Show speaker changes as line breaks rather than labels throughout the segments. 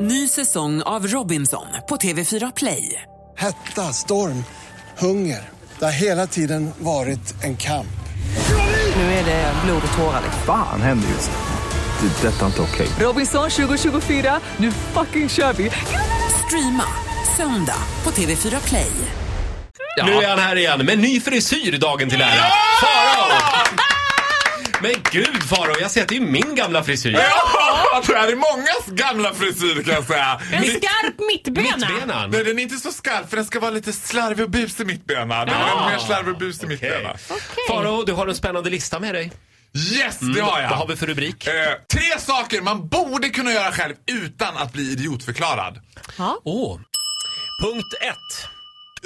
Ny säsong av Robinson på TV4 Play.
Hetta, storm, hunger. Det har hela tiden varit en kamp.
Nu är det blod och tårar. liksom.
Fan händer just nu. Det. är Detta är inte okej.
Robinson 2024, nu fucking kör vi! Streama söndag på TV4 Play.
Nu är han här igen med ny frisyr dagen till ära. Farao! Men gud Farao, jag ser att det är min gamla frisyr.
Ja, det här är mångas gamla frisyr kan jag säga.
En skarp mittbena.
Mittbenan.
Nej, den är inte så skarp för den ska vara lite slarvig och busig mittbena. Den har mer slarvig och busig mittbena.
Farao, du har en spännande lista med dig.
Yes, det har jag.
Vad Mm, har vi för rubrik?
Eh, tre saker man borde kunna göra själv utan att bli idiotförklarad.
Åh. Punkt ett.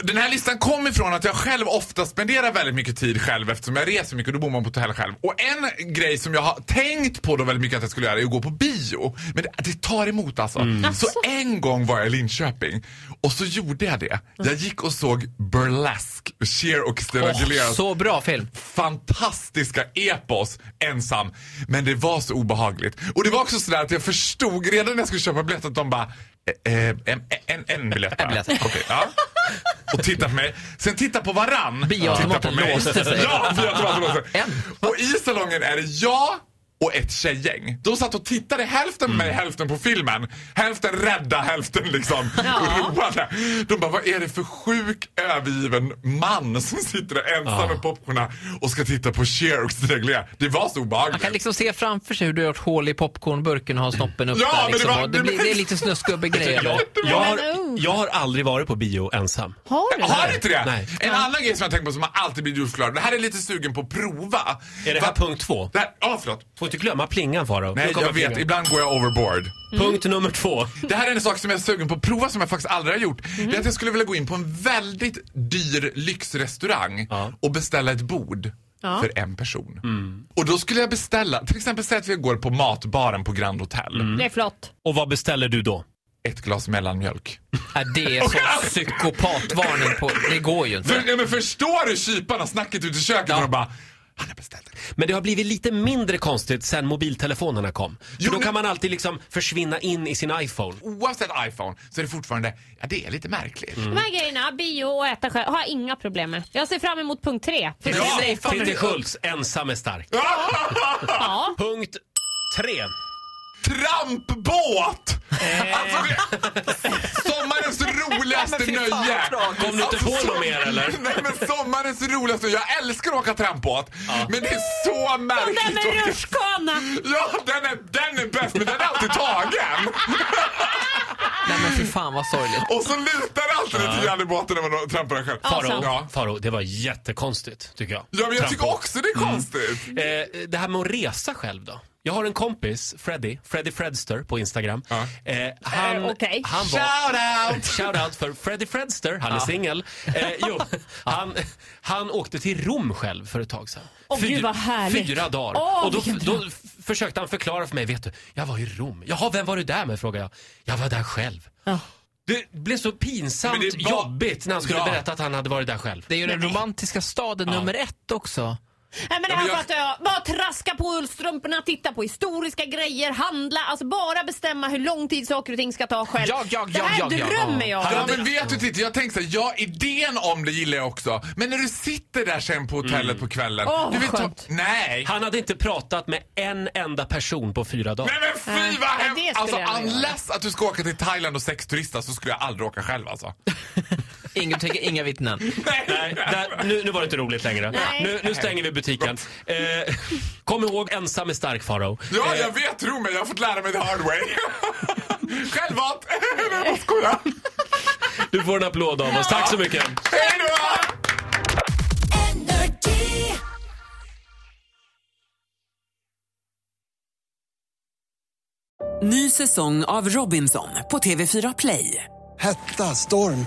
Den här listan kom ifrån att jag själv ofta spenderar väldigt mycket tid själv eftersom jag reser mycket och då bor man på hotell själv. Och en grej som jag har tänkt på då väldigt mycket att jag skulle göra är att gå på bio. Men det, det tar emot alltså.
Mm.
Så en gång var jag i Linköping och så gjorde jag det. Jag gick och såg Burlesque, Cher och Christina
Åh,
Aguileras
så bra film.
fantastiska epos ensam. Men det var så obehagligt. Och det var också sådär att jag förstod redan när jag skulle köpa biljetten att de bara "Eh, eh, en, en, en biljett bara.
biljett.
Okej, ja. Och titta på mig. Sen titta på varann.
Bioautomaten
Titta på mig.
låste sig.
Ja, bioautomaten låste sig.
En.
Och i salongen är det jag och ett tjejgäng. De satt och tittade hälften med mig, hälften på filmen. Hälften rädda, hälften liksom roade. De bara, vad är det för sjuk övergiven man som sitter där ensam med popcornen och ska titta på Cher och Christina Aguilera? Det var så
Man
obehagligt.
kan liksom se framför sig hur du har gjort hål i popcornburken och har snoppen upp
Ja, men det
där. Liksom.
var-
och det, blir, det är lite snuskgubbe-grejer.
Jag,
där.
jag, har, jag har aldrig varit på bio ensam.
Har du?
Har du inte det?
Nej.
En annan grej som jag tänker på som man alltid blir idiotförklarad. Det här är lite sugen på att prova.
Är det här
För-
punkt två?
Det här- Ja, förlåt.
Får inte glömma plingan Farao. Nu
Nej,
kommer
jag vet.
plingan.
Ibland Mm. går jag overboard.
Punkt nummer två.
Det här är en sak som jag är sugen på att prova som jag faktiskt aldrig har gjort. Det är att jag skulle vilja gå in på en väldigt dyr lyxrestaurang
Ja.
och beställa ett bord.
Ja.
För en person. Och då skulle jag beställa, till exempel säg att vi går på matbaren på Grand Hotel.
Det är flott.
Och vad beställer du då?
Ett glas mellanmjölk.
Ja, Äh, det är så psykopatvarning på... Det går ju inte.
För, ja, men förstår du kyparna snacket ute i köket när de bara, han har beställt det.
Men det har blivit lite mindre konstigt sen mobiltelefonerna kom. För
Jo,
då
men-
kan man alltid liksom försvinna in i sin iPhone.
Oavsett iPhone så är det fortfarande, ja det är lite märkligt.
De här grejerna, bio och äta själv, har jag inga problem med. Jag ser fram emot punkt tre. För
Ja.
sen är det fan-
Titti Schultz, ensam är stark.
Ja.
Punkt tre.
Trampbåt!
Eh.
Alltså, det- sommarens roligaste nöje! Alltså,
Kom du inte på något mer, eller?
Nej men sommarens roligaste, jag älskar att åka trampbåt. Men det är så
Den där
märkligt.
med
att-
rutschkana!
Ja, den är, den är bäst men den är alltid tagen.
Nej men fy fan vad sorgligt.
Och så lutar det alltid lite grann i båten när man trampar den själv.
Faro,
Ja.
Faro, det var jättekonstigt tycker jag.
ja men jag tycker
Trampor.
också det är konstigt.
Eh, det här med att resa själv då? Jag har en kompis, Freddy, Freddy Fredster på Instagram.
Ja.
Eh, han,
Eh, okej.
han var...
Shout out!
Shoutout för Freddy Fredster, han är singel. Eh, jo, han, han åkte till Rom själv för ett tag sedan.
Åh, gud, vad härligt.
Fyra dagar.
Åh,
och då,
vilken dröm.
då f- försökte han förklara för mig, vet du, jag var i Rom. Jaha, vem var du där med? frågade jag. Jag var där själv.
Ja.
Det blev så pinsamt
Men det var-
jobbigt när han skulle
Ja.
berätta att han hade varit där själv.
Det är ju den romantiska staden nummer ett också.
Nej, men det
Ja, men
här
jag-
fattar jag. Bara traska på ullstrumporna, titta på historiska grejer, handla. Alltså bara bestämma hur lång tid saker och ting ska ta själv.
Ja, ja,
det
ja,
här
ja, ja.
drömmer jag
Ja
om.
men vet du Titti, jag tänkte såhär, ja idén om det gillar jag också. Men när du sitter där sen på hotellet
Mm.
på kvällen.
Åh,
du
vad skönt.
Nej!
Han hade inte pratat med en enda person på fyra dagar.
Nej men fy
Nej.
vad
Nej, det
hemskt!
skulle
Alltså
jag aldrig
unless att du ska åka till Thailand och sexturista så skulle jag aldrig åka själv alltså.
Inga, tänker, inga vittnen.
Nej, där, nu, nu var det inte roligt längre.
Nej.
Nu, nu stänger vi butiken. Eh, kom ihåg, ensam är stark Farao.
Ja
eh.
jag vet, tro mig, jag har fått lära mig the hard way. Självvalt! Nej jag skojar.
Du får en applåd av oss. Tack så mycket.
Hej då!
Ny säsong av Robinson på TV4 Play.
Hetta, storm,